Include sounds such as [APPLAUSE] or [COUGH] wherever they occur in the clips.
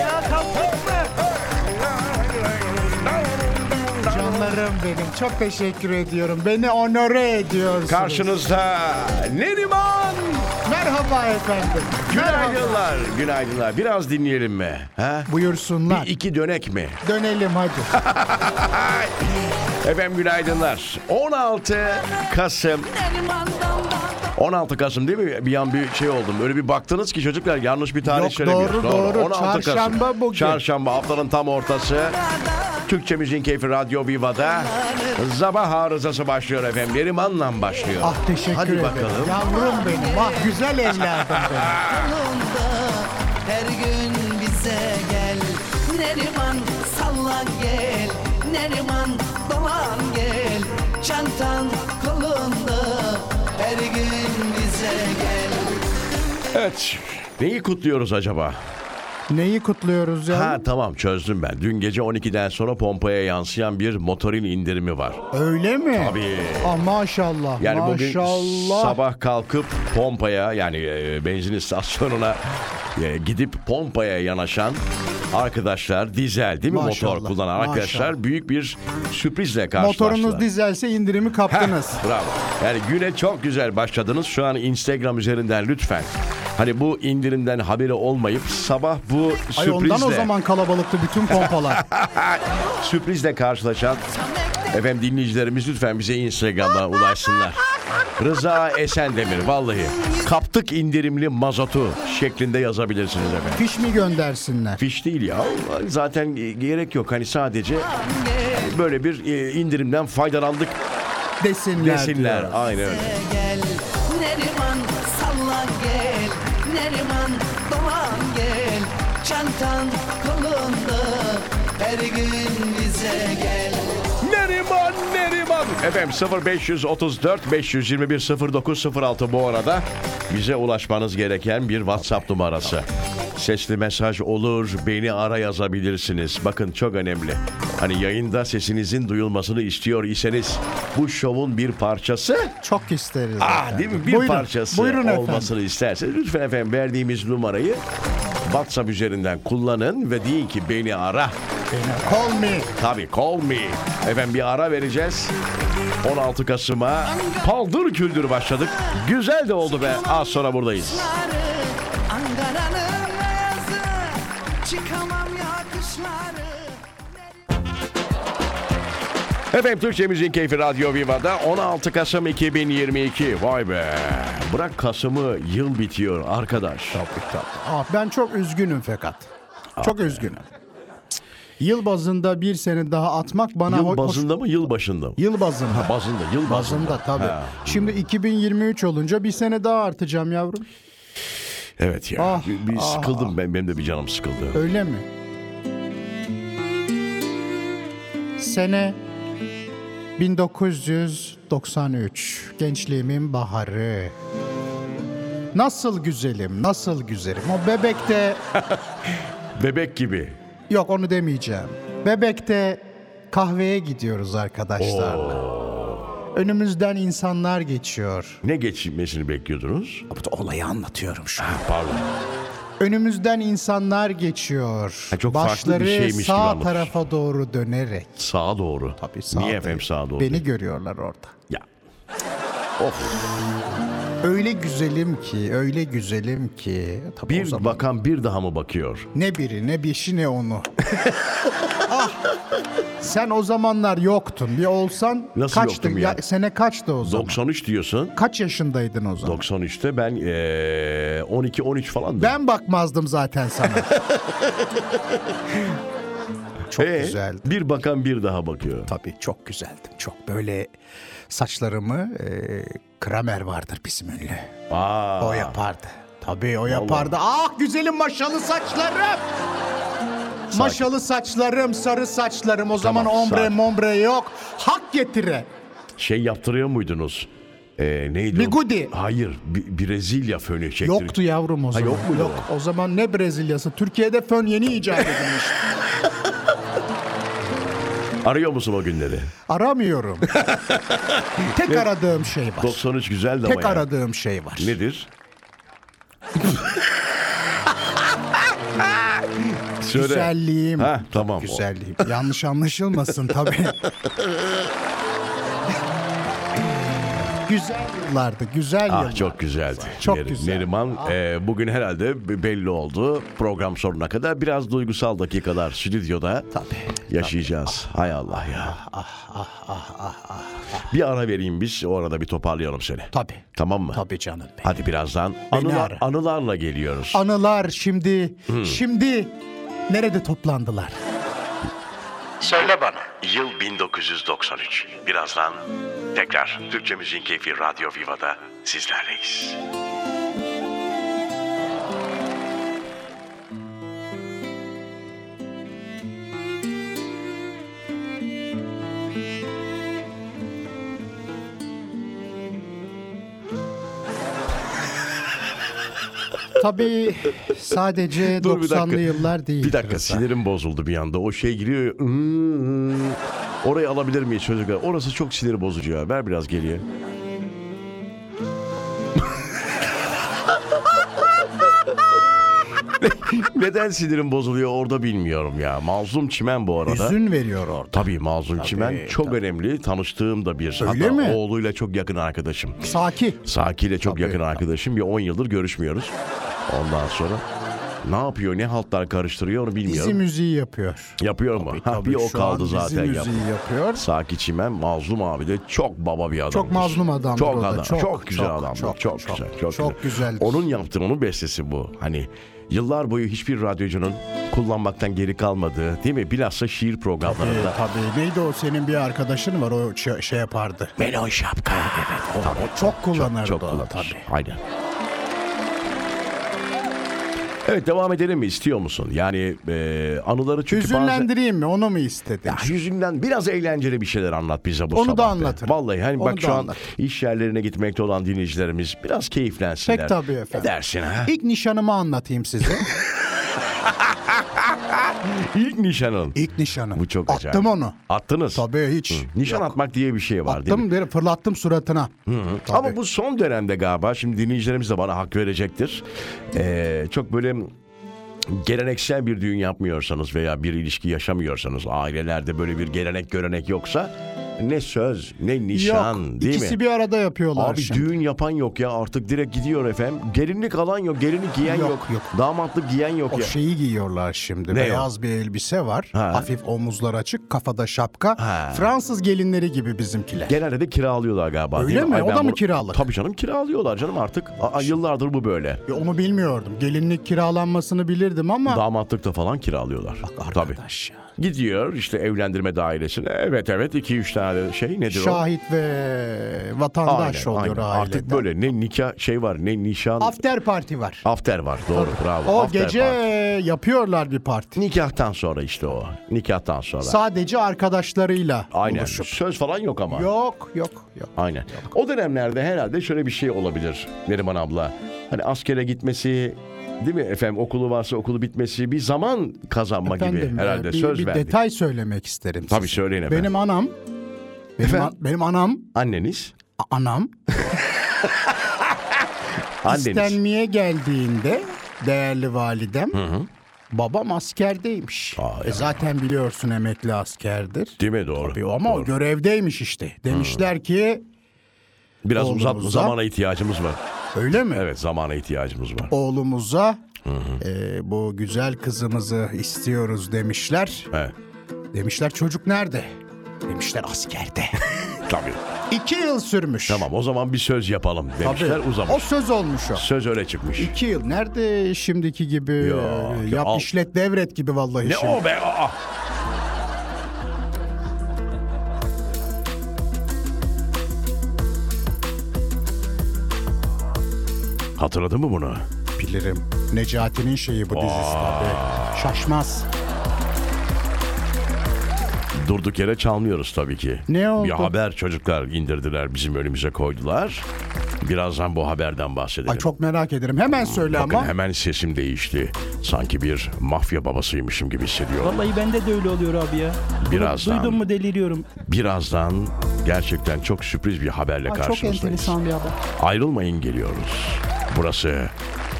Ya kalktık mı? Canlarım benim. Çok teşekkür ediyorum. Beni onore ediyorsunuz. Karşınızda Neriman. Merhaba efendim. Merhaba. Günaydınlar, günaydınlar. Biraz dinleyelim mi? Ha? Buyursunlar. Bir iki dönek mi? Dönelim [LAUGHS] hadi. Efendim günaydınlar. 16 Kasım. 16 Kasım değil mi? Bir an bir şey oldum. Öyle bir baktınız ki çocuklar yanlış bir tarih Yok, söylemiyoruz. doğru, doğru. Çarşamba bugün. Çarşamba haftanın tam ortası. Türkçe Müziğin Keyfi Radyo Viva'da Sabah Arızası başlıyor efendim. Neriman'la başlıyor. Ah teşekkür Hadi ederim. bakalım. Yavrum benim. Ah [LAUGHS] güzel evladım benim. Yolunda her gün bize gel Neriman sallan gel Neriman dolan gel Çantan kolunda her gün bize gel Evet. Neyi kutluyoruz acaba? Neyi kutluyoruz ya? Ha tamam çözdüm ben. Dün gece 12'den sonra pompaya yansıyan bir motorin indirimi var. Öyle mi? Tabii. Ah maşallah. Yani bugün maşallah. sabah kalkıp pompaya yani e, benzin istasyonuna e, gidip pompaya yanaşan arkadaşlar dizel değil mi Maşallah, motor kullanan arkadaşlar maşallah. büyük bir sürprizle karşılaştılar. Motorunuz dizelse indirimi Heh, kaptınız. Bravo. Yani güne çok güzel başladınız. Şu an Instagram üzerinden lütfen. Hani bu indirimden haberi olmayıp sabah bu Ay ondan sürprizle o zaman kalabalıktı [LAUGHS] bütün pompalar. sürprizle karşılaşan efendim dinleyicilerimiz lütfen bize Instagram'dan ulaşsınlar. Rıza Esendemir vallahi kaptık indirimli mazotu şeklinde yazabilirsiniz efendim. Fiş mi göndersinler? Fiş değil ya. Zaten gerek yok. Hani sadece böyle bir e, indirimden faydalandık Desinler. desinler. diyor. Aynen öyle. Bize gel Neriman sallan gel Neriman dolan gel Çantan kolunda her gün bize gel Neriman Neriman. Efendim 0534 521 0906 bu arada bize ulaşmanız gereken bir WhatsApp numarası. Sesli mesaj olur, beni ara yazabilirsiniz. Bakın çok önemli. Hani yayında sesinizin duyulmasını istiyor iseniz bu şovun bir parçası Çok isteriz. Ah efendim. değil mi? Bir Buyurun, parçası buyurun efendim. olmasını isterseniz lütfen efendim verdiğimiz numarayı WhatsApp üzerinden kullanın ve deyin ki beni ara. Call me. Tabii call me. Efendim bir ara vereceğiz. 16 Kasım'a paldır küldür başladık. Güzel de oldu be. Az sonra buradayız. Kışları, Ankara'nın yazı Çıkamam ya kışları Efendim Türkçe Müziğin Keyfi Radyo Viva'da 16 Kasım 2022. Vay be. Bırak Kasım'ı yıl bitiyor arkadaş. Ah, ben çok üzgünüm fakat. Çok üzgünüm. Yıl bazında bir sene daha atmak bana Yıl hoş- bazında mı yıl başında mı? Yıl bazında. Bazında yıl Bazında tabii. Ha. Şimdi 2023 olunca bir sene daha artacağım yavrum. Evet ya. Ah, bir, bir sıkıldım ben benim de bir canım sıkıldı. Öyle mi? Sene 1993. Gençliğimin baharı. Nasıl güzelim, nasıl güzelim. O bebekte Bebek gibi. Yok onu demeyeceğim. Bebek'te kahveye gidiyoruz arkadaşlarla. Önümüzden insanlar geçiyor. Ne geçmesini bekliyordunuz? Olayı anlatıyorum şu an. Pardon. Önümüzden insanlar geçiyor. Ha, çok farklı bir Başları şeymiş gibi sağ anlatıyorsun. tarafa doğru dönerek. Sağa doğru. Tabii sağa Niye dön- efendim sağa doğru? Beni görüyorlar orada. Ya. Öyle güzelim ki, öyle güzelim ki. Tabii o Bir zaman bakan bir daha mı bakıyor? ne biri, ne bir şey, [LAUGHS] ne onu. ah, sen o zamanlar yoktun. Bir olsan Nasıl kaçtın. yoktum ya? sene kaçtı o zaman? 93 diyorsun. Kaç yaşındaydın o zaman? 93'te ben e, eee 12-13 falan. Ben bakmazdım [LAUGHS] zaten sana. çok güzeldi. E, Bir bakan bir daha bakıyor. Tabii çok güzeldim. Çok böyle saçlarımı e, kramer vardır bizim ünlü. Aa, O yapardı. Tabii o yapardı. Ah güzelim maşalı saçlarım. Maşalı saçlarım, sarı saçlarım. O Tamam, zaman ombre sakin. mombre yok. Hak getire. Şey yaptırıyor muydunuz? Eee neydi o? Bigudi. Hayır. Bi- Brezilya fönü çektir. Yoktu yavrum o zaman. yok muydu Yok. O zaman ne Brezilyası? Türkiye'de fön yeni [LAUGHS] icat edilmiş. Arıyor musun o günleri? [LAUGHS] Aramıyorum. Tek aradığım şey var. 93 güzeldi ama Tek ya. [LAUGHS] aradığım şey var. Nedir? Söyle. Güzelliğim. Ha, tamam. Güzelliğim. [LAUGHS] Yanlış anlaşılmasın tabii. güzel yıllardı, güzel Ah yıllardı. çok güzeldi. Çok Neri- güzel. Ah. Neriman e, bugün herhalde b- belli oldu. Program sonuna kadar biraz duygusal dakikalar stüdyoda yaşayacağız. Hay Allah ya. Ah. Bir ara vereyim biz o arada bir toparlayalım seni. Tabii. Tamam mı? Tabii canım benim. Hadi birazdan Beni anılar, ara. Ah. anılarla geliyoruz. Anılar şimdi, şimdi nerede toplandılar? Söyle bana. Yıl 1993. Birazdan tekrar Türkçe Müziğin Keyfi Radyo Viva'da sizlerleyiz. [LAUGHS] Tabii sadece Dur bir 90'lı dakika. yıllar değil. Bir dakika Rıza. sinirim bozuldu bir anda. O şey giriyor. "Iıı." Orayı alabilir miyiz çocuklar? Orası çok sinir bozucu ya. Ver biraz geriye. [LAUGHS] Neden sinirim bozuluyor orada bilmiyorum ya. Mazlum Çimen bu arada. Üzün veriyor orada. Tabii Mazlum Çimen çok önemli. Tanıştığım da bir. Öyle hatta mi? oğluyla çok yakın arkadaşım. Saki. Saki ile çok yakın arkadaşım. Bir 10 yıldır görüşmüyoruz. Ondan sonra ne yapıyor, ne haltlar karıştırıyor onu bilmiyorum. Dizi müziği yapıyor. Yapıyor mu? Ha, Tabii bir o şu kaldı an zaten Dizi ya. müziği yapıyor. Saki Çimen mazlum abi de çok baba bir adam. Çok mazlum adamdır Çok o da, adam. Çok, çok, güzel çok, adamdır. Çok, çok, çok, güzel. Çok, çok güzel. güzeldir. Onun yaptığı onun bestesi bu. Hani yıllar boyu hiçbir radyocunun kullanmaktan geri kalmadığı değil mi? Bilhassa şiir Ee, programlarında. tabii neydi o senin bir arkadaşın var o şey, şey yapardı. Melon şapka. O, o çok kullanırdı Çok o, kullanır. tabii. Aynen. Evet devam edelim mi? İstiyor musun? Yani e, anıları çünkü bazen... Hüzünlendireyim mi onu mu istedin? Ya yüzünden biraz eğlenceli bir şeyler anlat bize bu Onu da sabah. be. anlatırım. Vallahi hani Onu bak da şu an anlatırım. iş yerlerine gitmekte olan dinleyicilerimiz biraz keyiflensinler. Pek tabii efendim. Ne dersin ha? İlk nişanımı anlatayım size. [LAUGHS] İlk nişanın. İlk nişanım. Bu çok Attım acayip. onu. Attınız. Tabii hiç. Nişan atmak diye bir şey var değil mi? Attım bir fırlattım suratına. Tabii. Ama bu son dönemde galiba şimdi dinleyicilerimiz de bana hak verecektir. Ee, çok böyle geleneksel bir düğün yapmıyorsanız veya bir ilişki yaşamıyorsanız ailelerde böyle bir gelenek görenek yoksa ne söz ne nişan Yok, değil mi? ikisi bir arada yapıyorlar Abi şimdi. düğün yapan yok ya artık direkt gidiyor efendim. Gelinlik alan yok, gelinlik giyen yok. Yok, yok. Damatlık giyen yok O şey- ya. şeyi giyiyorlar şimdi. Ne Beyaz bir elbise var. Ha. Hafif omuzlar açık, kafada şapka. Ha. Fransız gelinleri gibi bizimkiler. Genelde de kiralıyorlar galiba. Öyle değil mi? mi? Ay O ben da mı bunu- kiralık? Tabii canım kiralıyorlar canım artık. Aa, yıllardır bu böyle. Ya Onu bilmiyordum. Gelinlik kiralanmasını bilirdim ama Damatlık da falan kiralıyorlar. Tabii. Arkadaş ya. Gidiyor işte evlendirme dairesine. Evet evet iki üç tane şey nedir o? Şahit ve vatandaş Aynen, oluyor aynen. aileden. Artık böyle ne nikah şey var ne nişan. After party var. After var doğru bravo. o After gece var. yapıyorlar bir parti. Nikahtan sonra işte o. Nikahtan sonra. Sadece arkadaşlarıyla Aynen. buluşup. Söz falan yok ama. Yok yok yok. Aynen. O dönemlerde herhalde şöyle bir şey olabilir Neriman abla. Hani askere gitmesi değil mi efendim okulu varsa okulu bitmesi bir zaman kazanma Efendim, gibi e, herhalde bir, söz bir verdik. detay söylemek isterim. Tabii size. söyleyin efendim. Benim anam benim, Efendim? an- benim anam Anneniz, a- anam anneniz. istenmeye geldiğinde değerli validem babam askerdeymiş. Aa, E ya. zaten biliyorsun emekli askerdir. Değil mi doğru? Tabii ama o Doğru. görevdeymiş işte. Demişler ki Biraz Oğlumuza- uzatma zamana ihtiyacımız var. öyle mi? Evet zamana ihtiyacımız var. Oğlumuza e, bu güzel kızımızı istiyoruz demişler. Evet. Demişler çocuk nerede? Demişler [LAUGHS] askerde. Tabii. İki yıl sürmüş. Tamam o zaman bir söz yapalım Tabii. demişler uzamış. O söz olmuş o. Söz öyle çıkmış. İki yıl nerede şimdiki gibi Yok, e, ya yap al. işlet devret gibi vallahi Ne şimdi. o be? Aa! Hatırladın mı bunu? Bilirim. Necati'nin şeyi bu dizisi tabii. Şaşmaz. Durduk yere çalmıyoruz tabii ki. Ne oldu? Bir haber çocuklar indirdiler bizim önümüze koydular. Birazdan bu haberden bahsedelim. Ay çok merak ederim. Hemen söyle Bakın ama. hemen sesim değişti. Sanki bir mafya babasıymışım gibi hissediyorum. Vallahi bende de öyle oluyor abi ya. Birazdan. Duydun mu deliriyorum. Birazdan gerçekten çok sürpriz bir haberle Ay, çok karşınızdayız. enteresan bir haber. Ayrılmayın geliyoruz. Burası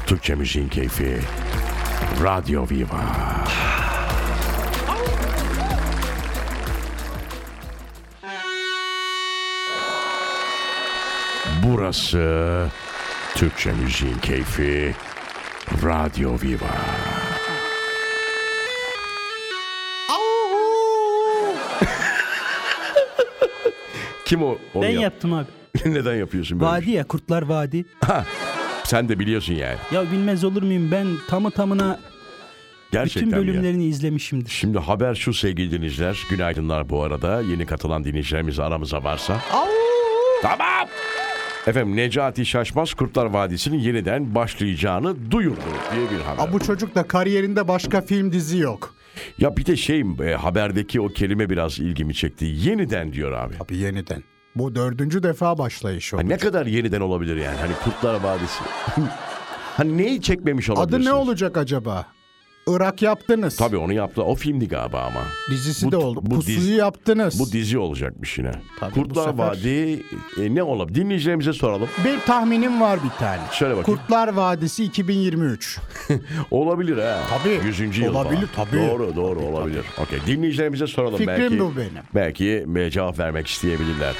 Türkçe müziğin keyfi. Radyo Viva. Burası Türkçe müziğin keyfi. Radyo Viva. Kim o? onu Ben yap- yaptım abi. [LAUGHS] Neden yapıyorsun böyle? bir Vadi ya Kurtlar Vadi. şey? Sen de biliyorsun yani. Ya bilmez olur muyum ben tamı tamına Gerçekten bütün mi ya? bölümlerini izlemişimdir. Şimdi haber şu sevgili dinleyiciler. Günaydınlar bu arada. Yeni katılan dinleyicilerimiz aramıza varsa. Tamam. Efendim Necati Şaşmaz Kurtlar Vadisi'nin yeniden başlayacağını duyurdu diye bir haber. Aa, bu çocuk da kariyerinde başka film dizi yok. Ya bir de şey e, haberdeki o kelime biraz ilgimi çekti. Yeniden diyor abi. Abi yeniden. Bu dördüncü defa başlayış Ha, oldu. ne kadar yeniden olabilir yani? Hani Kurtlar [LAUGHS] Vadisi. hani neyi çekmemiş olabilir? Adı ne olacak acaba? Irak yaptınız. Tabii onu yaptı. O filmdi galiba ama. Dizisi Bu- de oldu. bu Pusuyu diz- yaptınız. Bu dizi olacakmış yine. Tabii, Kurtlar bu sefer- Vadisi e, ne olabilir? Dinleyicilerimize soralım. bir tahminim var bir tane. Şöyle bakayım. Kurtlar Vadisi 2023. Olabilir ha. Tabii. 100. yıl Olabilir, falan. tabii. Doğru doğru olabilir. Okey dinleyicilerimize soralım Fikrim belki. bu benim. Belki e, cevap vermek isteyebilirler.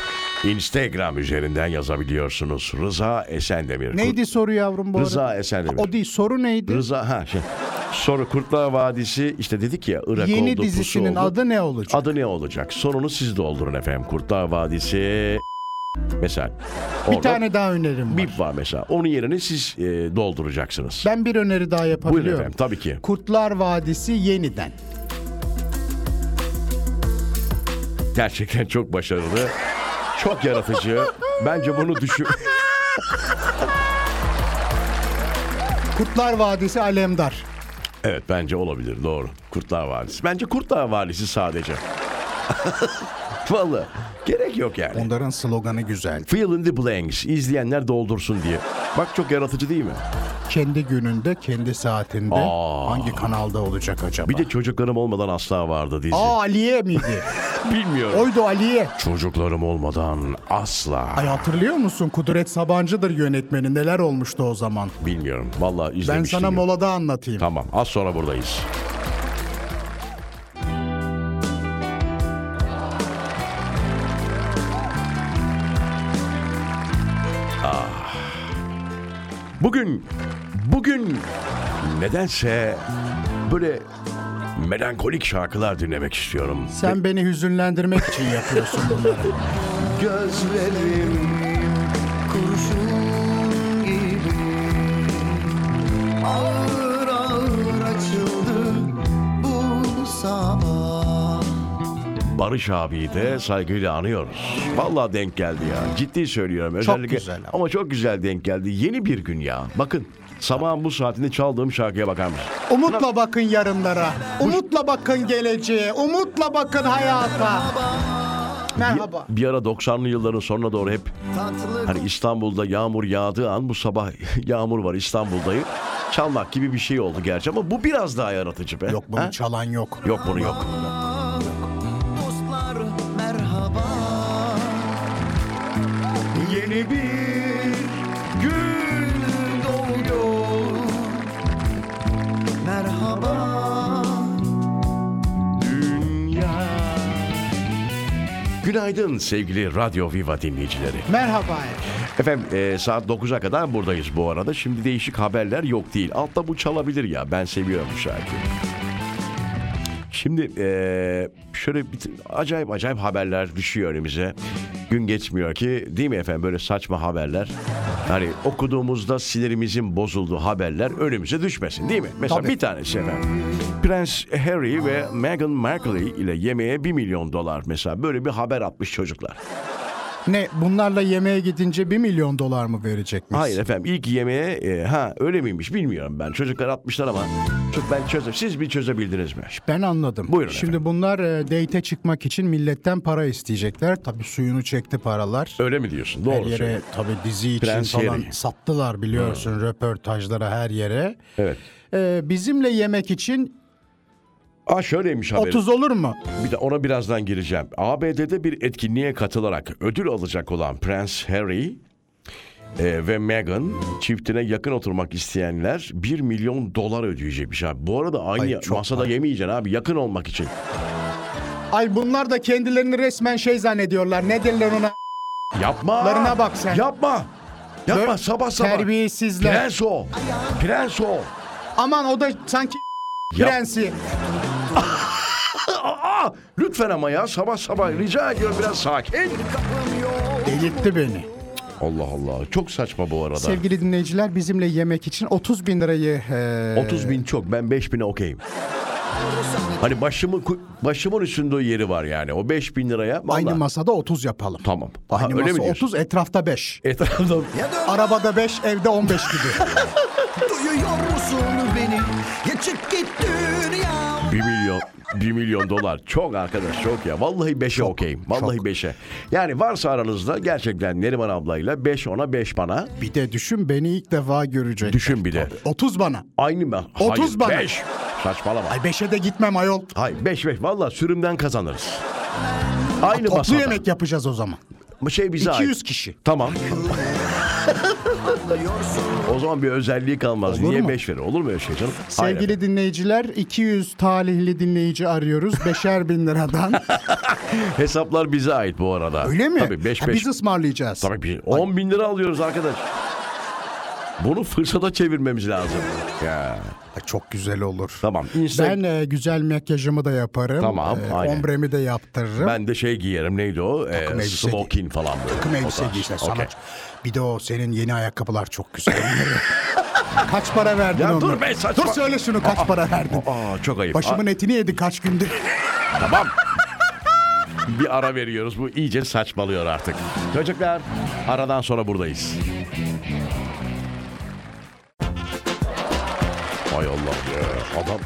Instagram üzerinden yazabiliyorsunuz. Rıza Esendemir. Neydi soru yavrum bu Rıza arada? Esen'le O değil soru neydi? Rıza ha şey. Soru Kurtlar Vadisi işte dedik ya Irak oldu. Yeni pusu dizisinin oldu. adı ne olacak? Adı ne olacak? Sorunu siz doldurun efendim. Kurtlar Vadisi mesela. bir Orada tane daha önerim var. bip var mesela. Onun yerini siz e, dolduracaksınız. Ben bir öneri daha Buyurun yapabiliyorum. efendim tabii ki. Kurtlar Vadisi yeniden. Gerçekten çok başarılı. Çok yaratıcı. Bence bunu düşün... [LAUGHS] Kurtlar Vadisi Alemdar. Evet bence olabilir doğru. Kurtlar Valisi. Bence Kurtlar Valisi sadece. [LAUGHS] Vallahi gerek yok yani. Onların sloganı güzel. Fill in the blanks. İzleyenler doldursun diye. Bak çok yaratıcı değil mi? Kendi gününde, kendi saatinde Aa. hangi kanalda olacak acaba? Bir de çocuklarım olmadan asla vardı dizi. Aa Aliye miydi? [LAUGHS] Bilmiyorum. Oydu Aliye. Çocuklarım olmadan asla. Ay hatırlıyor musun? Kudret Sabancı'dır yönetmeni. Neler olmuştu o zaman? Bilmiyorum. Vallahi Ben izlemiştim. sana şey yok. molada anlatayım. Tamam az sonra buradayız. Ah. Bugün, bugün nedense böyle melankolik şarkılar dinlemek istiyorum. Sen beni hüzünlendirmek için yapıyorsun bunları. [LAUGHS] Gözlerim kurşun gibi Ağır ağır açıldı bu sabah Barış abiyi de saygıyla anıyoruz. Vallahi denk geldi ya. Ciddi söylüyorum. Özellikle, güzel ama. Ama çok güzel denk geldi. Yeni bir gün ya. Bakın sabahın bu saatinde çaldığım şarkıya bakar mısın? Umutla bakın yarınlara. Umutla bakın geleceğe. Umutla bakın hayata. Merhaba. Bir ara 90'lı yılların sonuna doğru hep Tatlı hani İstanbul'da yağmur yağdığı an bu sabah [LAUGHS] yağmur var İstanbul'dayım. Çalmak gibi bir şey oldu gerçi ama bu biraz daha yaratıcı be. Yok bunu Ha? çalan yok. Yok bunu yok. dostlar merhaba Yeni bir Gül doğuyor Merhaba dünya. Günaydın sevgili Radyo Viva dinleyicileri. Merhaba. Efendim e, saat 9'a kadar buradayız bu arada. Şimdi değişik haberler yok değil. Altta bu çalabilir ya. Ben seviyorum bu şarkıyı. Şimdi e, şöyle bir, acayip acayip haberler düşüyor önümüze. Gün geçmiyor ki değil mi efendim böyle saçma haberler. Hani okuduğumuzda sinirimizin bozulduğu haberler önümüze düşmesin değil mi? Mesela Tabii. bir tanesi efendim. Prens Harry ve Meghan Markle ile yemeğe 1 milyon dolar mesela böyle bir haber atmış çocuklar. Ne bunlarla yemeğe gidince 1 milyon dolar mı verecekmiş? Hayır efendim ilk yemeğe e, ha öyle miymiş bilmiyorum ben. Çocuklar atmışlar ama çok ben çözüm. Siz bir çözebildiniz mi? Ben anladım. Buyurun Şimdi efendim. bunlar e, date'e çıkmak için milletten para isteyecekler. Tabii suyunu çekti paralar. Öyle mi diyorsun? Her Doğru. yere söylüyorsun. tabii dizi için Prens falan Harry. Hmm. sattılar biliyorsun röportajlara her yere. Evet. E, bizimle yemek için Aa şöyleymiş haberi. 30 olur mu? Bir de ona birazdan gireceğim. ABD'de bir etkinliğe katılarak ödül alacak olan Prens Harry e, ve Meghan çiftine yakın oturmak isteyenler 1 milyon dolar ödeyecekmiş abi. Bu arada aynı Ay, çok masada yemeyeceksin abi yakın olmak için. Ay bunlar da kendilerini resmen şey zannediyorlar. Ne derler ona? Yapma. Larına bak sen. Yapma. Yapma Dö- sabah sabah. Terbiyesizler. Prens o. Prens o. Aman o da sanki Yap- prensi. Aa, lütfen ama ya sabah sabah rica ediyorum biraz sakin. Delirtti beni. Allah Allah çok saçma bu arada. Sevgili dinleyiciler bizimle yemek için 30 bin lirayı... e, 30 bin çok ben 5 bine okeyim. Hani başımın ku- başımın üstünde o yeri var yani. O 5 bin liraya. vallahi- Aynı masada 30 yapalım. Tamam. Aha, Aynı öyle mi masa diyorsun? 30 etrafta 5. Etrafta Arabada 5 evde 15 [LAUGHS] gibi. Duyuyor musun beni? Geçip git dünya. 1 milyon 1 milyon dolar çok arkadaş çok ya. Vallahi 5'e okeyim. Vallahi 5'e. Yani varsa aranızda gerçekten Neriman ablayla 5 ona 5 bana bir de düşün beni ilk defa görecek. düşün bir de. 30 bana. Aynı mı? 30 bana. 5. Saçmalama. Ay 5'e de gitmem ayol. Hayır 5 5 valla sürümden kazanırız. Aynı Toplu masada. yemek yapacağız o zaman. Bu Şey bize 200 ait. kişi. Tamam. o zaman bir özelliği kalmaz. Olur Niye mu? 5 verir? Olur mu öyle şey canım? Hayır. Sevgili dinleyiciler 200 talihli dinleyici arıyoruz. [LAUGHS] Beşer bin liradan. Hesaplar bize ait bu arada. Öyle mi? Tabii 5 Ha, 5. Biz ısmarlayacağız. Tabii bir 10 bin lira alıyoruz arkadaş. Bunu fırsata çevirmemiz lazım. Ya Ay, Çok güzel olur. tamam. Insta- Ben e, güzel makyajımı da yaparım. Tamam, E, aynen. ombremi de yaptırırım. ben de şey giyerim neydi o? Ee, Takım elbise giy- smoking falan böyle. Takım O elbise tarz. giy işte. Okey. Sana... Bir de o senin yeni ayakkabılar çok güzel. [LAUGHS] Onları- kaç para verdin Ya onu? dur be, saçma- Dur söyle şunu kaç para verdin? Aa çok ayıp. Başımın Aa, etini yedi kaç gündür. Tamam. bir ara veriyoruz. Bu iyice saçmalıyor artık. Çocuklar aradan sonra buradayız. Hay Allah ya. Adam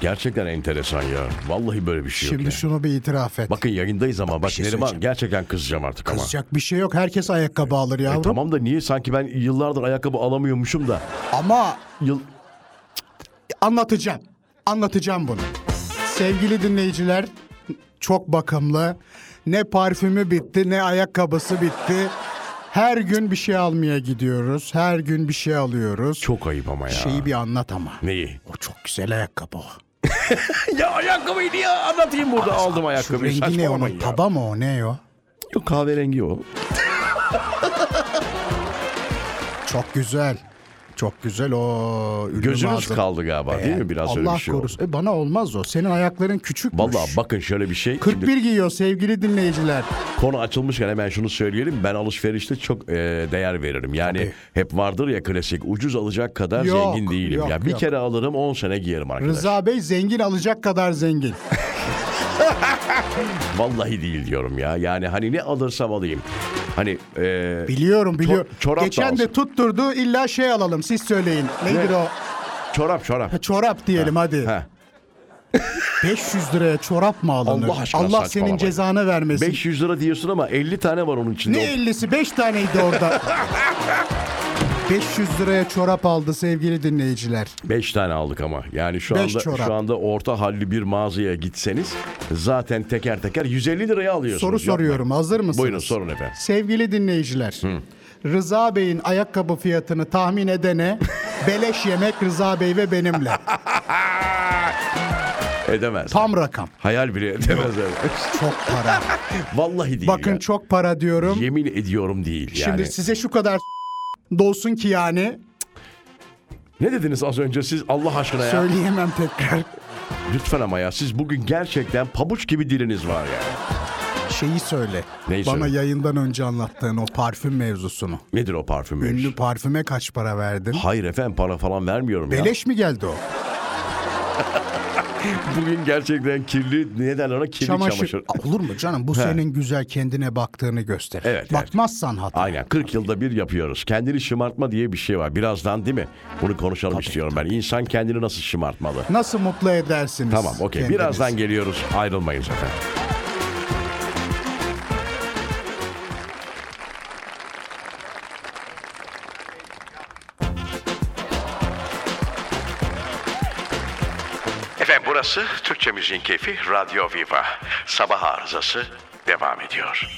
gerçekten enteresan ya. Vallahi böyle bir şey yok Şimdi ya. şunu bir itiraf et. Bakın yayındayız ama bak şey Neriman söyleyeceğim. gerçekten kızacağım artık ama. Kızacak bir şey yok. Herkes ayakkabı alır yavrum. E tamam da niye sanki ben yıllardır ayakkabı alamıyormuşum da Ama yıl anlatacağım. Anlatacağım bunu. Sevgili dinleyiciler çok bakımlı. Ne parfümü bitti ne ayakkabısı bitti. Her gün bir şey almaya gidiyoruz. Her gün bir şey alıyoruz. çok ayıp ama ya. Şeyi bir anlat ama. Neyi? O çok güzel ayakkabı o. [LAUGHS] Ya ayakkabıyı niye anlatayım burada aldım Şu ayakkabıyı rengi ne saçmalamayın onun? ya. Taba mı o ne o? Yok kahverengi o. Çok güzel. Çok güzel o. Ünlü Gözünüz mağaza- kaldı galiba değil mi biraz Allah öyle bir şey oldu. korusun. E, bana olmaz o. Senin ayakların küçükmüş. Vallahi bakın şöyle bir şey. Şimdi 41 giyiyor sevgili dinleyiciler. Konu açılmışken hemen şunu söyleyelim. Ben alışverişte çok e, değer veririm. Yani hep vardır ya klasik ucuz alacak kadar Yok, zengin değilim. yok, ya bir yok. kere alırım 10 sene giyerim arkadaş. Rıza Bey zengin alacak kadar zengin. Vallahi değil diyorum ya. Yani hani ne alırsam alayım. Hani e, Biliyorum biliyorum. çorap da Geçen de alsın. tutturdu illa şey alalım siz söyleyin. Nedir Ne? o? çorap çorap. Ha, Çorap diyelim hadi. Ha. 500 liraya çorap mı alınır? Allah aşkına senin saçmalamayın. cezanı vermesin. 500 lira diyorsun ama 50 tane var onun içinde. Ne 50'si 5 taneydi orada. [LAUGHS] 500 liraya çorap aldı sevgili dinleyiciler. 5 tane aldık ama. Yani şu Beş anda çorap. şu anda orta halli bir mağazaya gitseniz zaten teker teker 150 liraya alıyorsunuz. Soru Yapma. soruyorum hazır mısınız? Buyurun sorun efendim. Sevgili dinleyiciler. Rıza Bey'in ayakkabı fiyatını tahmin [LAUGHS] edene beleş yemek Rıza Bey ve benimle. Edemez. Tam rakam. Hayal bile edemez. [LAUGHS] Çok para. Vallahi değil. Bakın ya. çok para diyorum. Yemin ediyorum değil yani. Şimdi size şu kadar [LAUGHS] dolsun ki yani Ne dediniz az önce siz Allah aşkına ya? söyleyemem tekrar. Lütfen ama ya siz bugün gerçekten pabuç gibi diliniz var ya. Şeyi söyle. Neyi Bana söyle? yayından önce anlattığın o parfüm mevzusunu. Nedir o parfüm? Ünlü parfüme kaç para verdin? Hayır efendim para falan vermiyorum ya. Beleş mi geldi o? Bugün gerçekten kirli neden ona kirli çamaşır. Çamaşır. Aa, Olur mu canım? Bu senin güzel kendine baktığını gösterir. Evet, evet. Bakmazsan hata. Aynen 40 yılda bir yapıyoruz. Kendini şımartma diye bir şey var. Birazdan değil mi? Bunu konuşalım istiyorum ben. İnsan kendini nasıl şımartmalı? Nasıl mutlu edersiniz? Tamam okey. kendinizi? Birazdan geliyoruz. Ayrılmayın zaten. Efendim burası Türkçe Müziğin Keyfi Radyo Viva. Sabah arızası devam ediyor.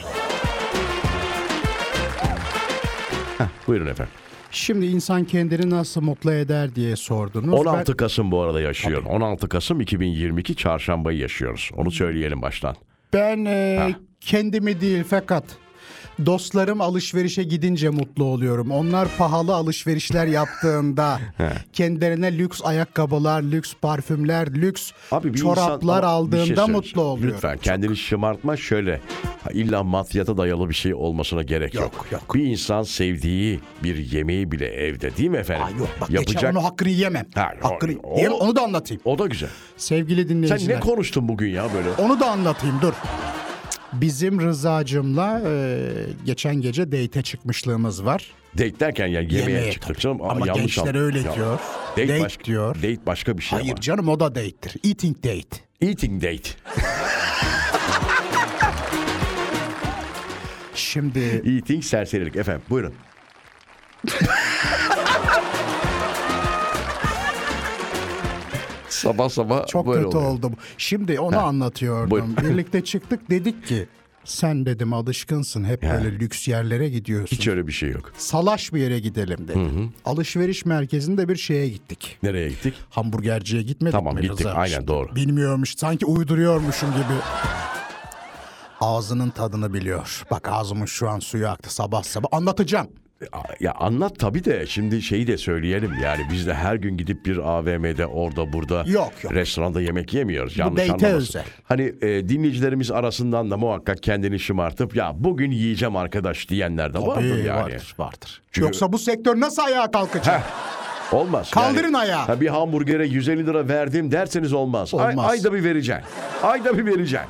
Buyurun efendim. Şimdi insan kendini nasıl mutlu eder diye sordunuz. 16 Kasım bu arada yaşıyor. 16 Kasım 2022 çarşambayı yaşıyoruz. Onu söyleyelim baştan. Ben, ben e, Ha. kendimi değil fakat dostlarım alışverişe gidince mutlu oluyorum. Onlar pahalı [LAUGHS] alışverişler yaptığında kendilerine lüks ayakkabılar, lüks parfümler, lüks bir çoraplar insan- Ama bir şey aldığında söyleyeceğim. mutlu oluyorum. Lütfen kendini şımartma şöyle. Ha, İlla maddiyata dayalı bir şey olmasına gerek yok. Bir insan sevdiği bir yemeği bile evde değil mi efendim? Aa, yok bak geçen Yapacak. onu hakkını yemem. Ha, o- hakkını o- yemem, onu da anlatayım. O da güzel. Sevgili Sen dinleyiciler. ne konuştun bugün ya böyle? Onu da anlatayım dur. Bizim Rıza'cımla e, geçen gece date'e çıkmışlığımız var. Date derken yani yemeğe, Yemeğe çıktık tabii. canım. Aa, Ama yanlış gençler anladım. öyle Ya, diyor. Date, Date başka, diyor. Date başka bir şey Hayır ama. canım o da date'tir. Eating date. Eating date. Şimdi Eating serserilik efendim. Buyurun. sabah sabah çok böyle kötü oluyor. oldum. Şimdi onu anlatıyordum. Buyurun. Birlikte çıktık dedik ki sen dedim alışkınsın hep böyle lüks yerlere gidiyorsun. Hiç öyle bir şey yok. Salaş bir yere gidelim dedim. Alışveriş merkezinde bir şeye gittik. Nereye gittik? hamburgerciye gitmedik Tamam, mi gittik. Rıza? Aynen, İşte doğru. Bilmiyormuş sanki uyduruyormuşum gibi. Ağzının tadını biliyor. Bak ağzımın şu an suyu aktı sabah sabah. Anlatacağım. A- Ya anlat tabii de şimdi şeyi de söyleyelim yani biz de her gün gidip bir AVM'de orada burada Yok, yok. restoranda yemek yemiyoruz. Yanlış date'e anlamasın. özel. Hani e, dinleyicilerimiz arasından da muhakkak kendini şımartıp ya bugün yiyeceğim arkadaş diyenler de vardır Ee, yani. Vardır vardır. Çünkü- Yoksa bu sektör nasıl ayağa kalkacak? Olmaz. Kaldırın yani, ayağı. Ha, bir hamburgere 150 lira verdim derseniz olmaz. Ay- Olmaz. ayda bir vereceksin. Ayda bir vereceksin.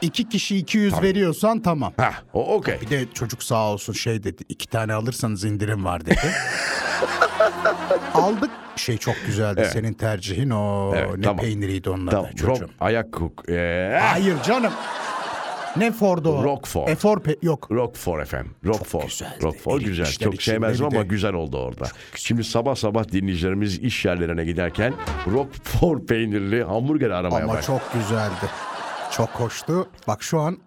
İki kişi 200 veriyorsan tamam. Ha, o okey. Bir de çocuk sağ olsun şey dedi. iki tane alırsanız indirim var dedi. [LAUGHS] Aldık. Şey çok güzeldi. Senin tercihin o. Evet, ne tamam. peyniriydi onlar Tamam, da rock, çocuğum. ayak kuk. Ee, Hayır canım. Ne Ford'u o? Roquefort. E, Ford pe- yok. Rockford efendim. Rockford. güzeldi. Rockford Erik güzel. işler Çok için sevmezdim beni de- ama güzel oldu orada. Şimdi sabah sabah dinleyicilerimiz iş yerlerine giderken Rockford peynirli hamburger aramaya Ama başladı. çok güzeldi. Çok hoştu. Bak şu an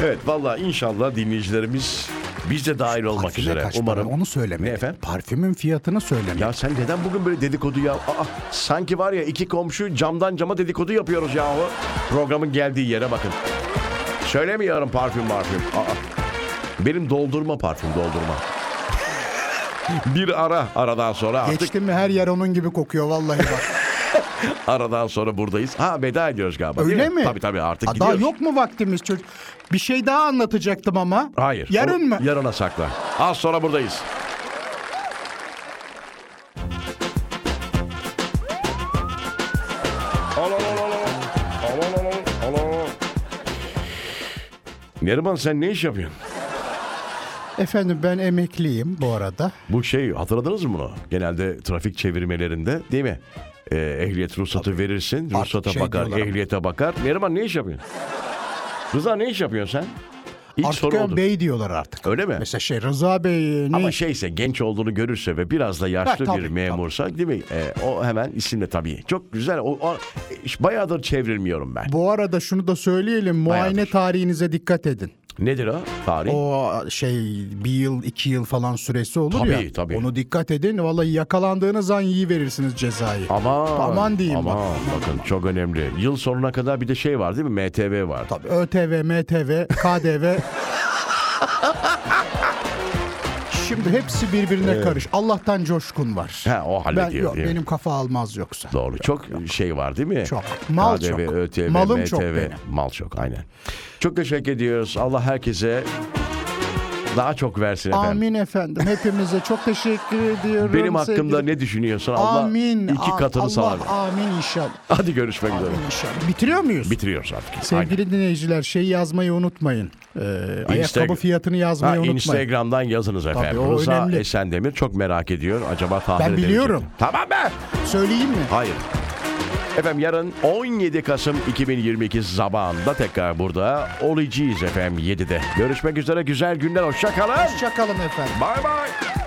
Evet vallahi inşallah dinleyicilerimiz biz de dahil olmak parfüme üzere. kaç para? Umarım onu söyleme. Ne efendim? Parfümün fiyatını söyleme. Ya sen neden bugün böyle dedikodu ya? Aa, sanki var ya iki komşu camdan cama dedikodu yapıyoruz yahu. Programın geldiği yere bakın. Söylemiyorum parfüm parfüm. Aa, benim doldurma parfüm doldurma. [LAUGHS] Bir ara aradan sonra artık Geçti mi her yer onun gibi kokuyor vallahi bak. aradan sonra buradayız. Ha veda ediyoruz galiba [LAUGHS] değil Öyle mi? Tabii tabii artık Ha, Daha gidiyoruz. yok mu vaktimiz çocuk? Bir şey daha anlatacaktım ama. Hayır. Yarın onu mı? Yarına sakla. Az sonra buradayız. Alo, alo, alo. Alo, alo, alo, alo. Neriman sen ne iş yapıyorsun? Efendim ben emekliyim bu arada. Bu şey hatırladınız mı bunu? Genelde trafik çevirmelerinde değil mi? Ee, ehliyet ruhsatı verirsin. Artık Ruhsata şey bakar, diyorlar ama. ehliyete bakar. Neriman ne iş yapıyorsun? Rıza ne iş yapıyorsun sen? İlk artık soru ya oldu. bey diyorlar artık. Öyle mi? Mesela şey Rıza Bey ne Ama iş- şeyse genç olduğunu görürse ve biraz da yaşlı Ha, tabii, bir memursa değil mi? Ee, o hemen isimle tabii. Çok güzel. O, o- iş bayağıdır çevrilmiyorum ben. Bu arada şunu da söyleyelim. Muayene Bayağıdır. tarihinize dikkat edin. Nedir o tarih? O şey bir yıl iki yıl falan süresi olur Tabii, ya. tabii. Onu dikkat edin. Vallahi yakalandığınız an iyi verirsiniz cezayı. Aman, Aman diyeyim aman, bak. bakın çok önemli. Yıl sonuna kadar bir de şey var değil mi? MTV var. Tabii ÖTV, MTV, KDV. [LAUGHS] Şimdi hepsi birbirine karış. Allah'tan coşkun var. Ha, o ben, hallediyor, yok, değil mi? benim kafa almaz yoksa. Doğru. çok şey var değil mi? Çok. Mal KDV, çok. ÖTV, Malım MTV. çok benim. Mal çok aynen. Çok teşekkür ediyoruz. Allah herkese daha çok versin efendim. Amin efendim. Hepimize çok teşekkür ediyorum. Benim hakkımda sevgili- ne düşünüyorsun? Allah Amin. iki A- katını Allah sana. ver. amin inşallah. Hadi görüşmek üzere. Amin inşallah. Bitiriyor muyuz? Bitiriyoruz artık. Aynen. Sevgili dinleyiciler şey yazmayı unutmayın. Ee, ayakkabı fiyatını Ha, yazmayı unutmayın. Instagram'dan yazınız efendim. o Rıza önemli. Esendemir çok merak ediyor. Acaba tahmin Ben edebilecek biliyorum. mi? Tamam be. Söyleyeyim mi? Hayır. Efendim yarın 17 Kasım 2022 zamanında tekrar burada olacağız efendim 7'de. Görüşmek üzere güzel günler. Hoşça kalın. Hoşçakalın efendim. Bay bay.